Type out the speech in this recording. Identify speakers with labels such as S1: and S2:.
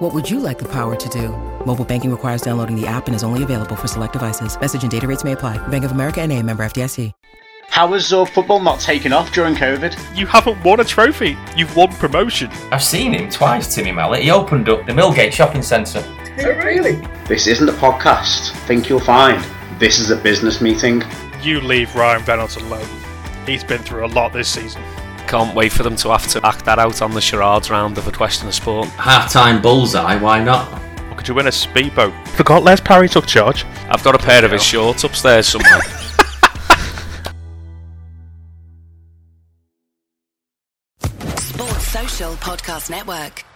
S1: What would you like the power to do? Mobile banking requires downloading the app and is only available for select devices. Message and data rates may apply. Bank of America and a member FDIC.
S2: How has Zorb football not taken off during COVID?
S3: You haven't won a trophy. You've won promotion.
S4: I've seen him twice, Timmy Mallet. He opened up the Millgate shopping centre.
S2: This isn't a podcast. Think you'll find. This is a business meeting.
S3: You leave Ryan Reynolds alone. He's been through a lot this season.
S5: Can't wait for them to have to act that out on the charades round of a question of sport.
S4: Half-time bullseye, why not?
S3: Or could you win a speedboat?
S6: Forgot Les Parry took charge.
S5: I've got a pair of his shorts upstairs somewhere.
S7: Sports Social Podcast Network.